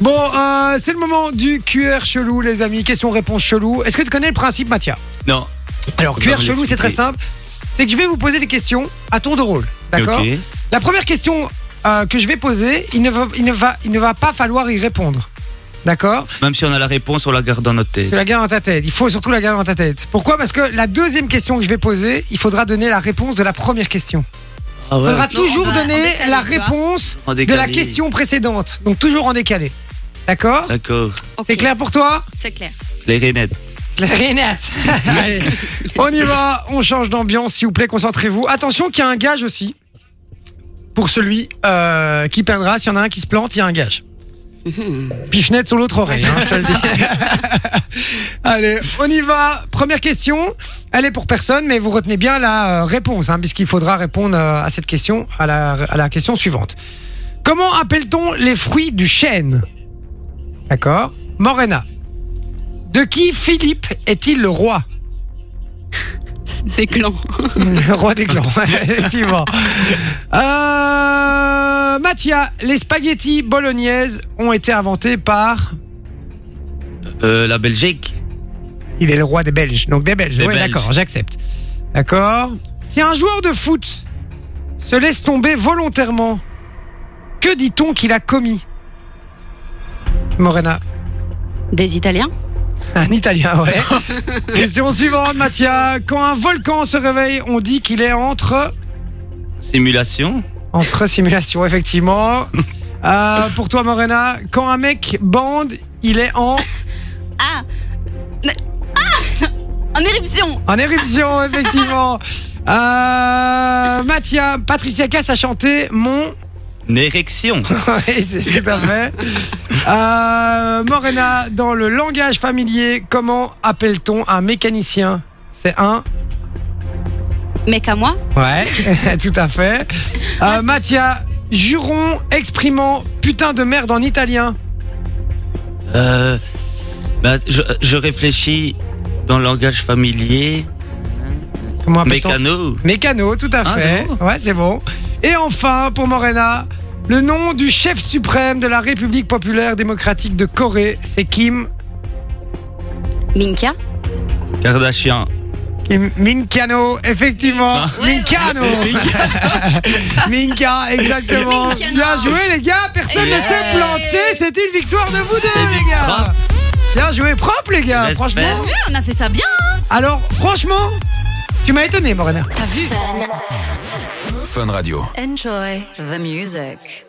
Bon, euh, c'est le moment du QR chelou, les amis. Question-réponse chelou. Est-ce que tu connais le principe, Mathia Non. Alors, Faudra QR me chelou, c'est l'expliquer. très simple. C'est que je vais vous poser des questions à tour de rôle. D'accord Ok. La première question euh, que je vais poser, il ne, va, il, ne va, il ne va pas falloir y répondre. D'accord Même si on a la réponse, on la garde dans notre tête. Tu la gardes dans ta tête. Il faut surtout la garder dans ta tête. Pourquoi Parce que la deuxième question que je vais poser, il faudra donner la réponse de la première question. Ah Il ouais. faudra Non, toujours on va- on donner décale, la tu vois. réponse En de la décalé. question précédente. Donc toujours en décalé. D'accord D'accord. Ok, C'est clair pour toi C'est clair. Les rainettes. La Renate. Allez, on y va, on change d'ambiance, s'il vous plaît, concentrez-vous. Attention qu'il y a un gage aussi. Pour celui euh, qui perdra, s'il y en a un qui se plante, il y a un gage. Pichenette sur l'autre oreille, hein, je te le dis. Allez, on y va. Première question. Elle est pour personne, mais vous retenez bien la euh, réponse, hein, puisqu'il faudra répondre euh, à cette question, à la, à la question suivante. Comment appelle-t-on les fruits du chêne D'accord. Morena. De qui Philippe est-il le roi C'est gland. Le roi des clans, effectivement. Euh, Mathia, les spaghettis bolognaises ont été inventés par. Euh, la Belgique. Il est le roi des Belges, donc des Belges. Des Oui, Belges. d'accord, j'accepte. D'accord. Si un joueur de foot se laisse tomber volontairement, que dit-on qu'il a commis Morena, Des Italiens un Italien, ouais. Question suivante, Mathia. Quand un volcan se réveille, on dit qu'il est entre. Simulation. Entre simulation, effectivement. Euh, pour toi, Morena, quand un mec bande, il est en, Ah Mais- Ah En éruption en éruption, effectivement. Euh, Mathia, Patricia Cass a chanté Mon. Une érection. Oui, c'est tout à fait. Euh, Morena, dans le langage familier, comment appelle-t-on un mécanicien C'est un. Mais qu'à moi Ouais, tout à fait. Euh, Mathia, juron exprimant putain de merde en italien. Euh, bah, je, je réfléchis dans le langage familier. Comment appelle-t-on Mécano. Mécano, tout à Ah, fait. c'est ouais, c'est bon. Et enfin, pour Morena, le nom du chef suprême de la République populaire démocratique de Corée, c'est Kim, Minka Kardashian. Kim Minkano, effectivement. Ah. Ouais, Minkano. Minka, exactement. Minkano. Bien joué, les gars. Personne ne s'est planté. C'est une victoire de vous deux, les gars. propre. Bien joué, propre, les gars. Respect. Franchement. On a fait ça bien Alors, franchement, tu m'as étonné, Morena. Fun Radio. Enjoy the music.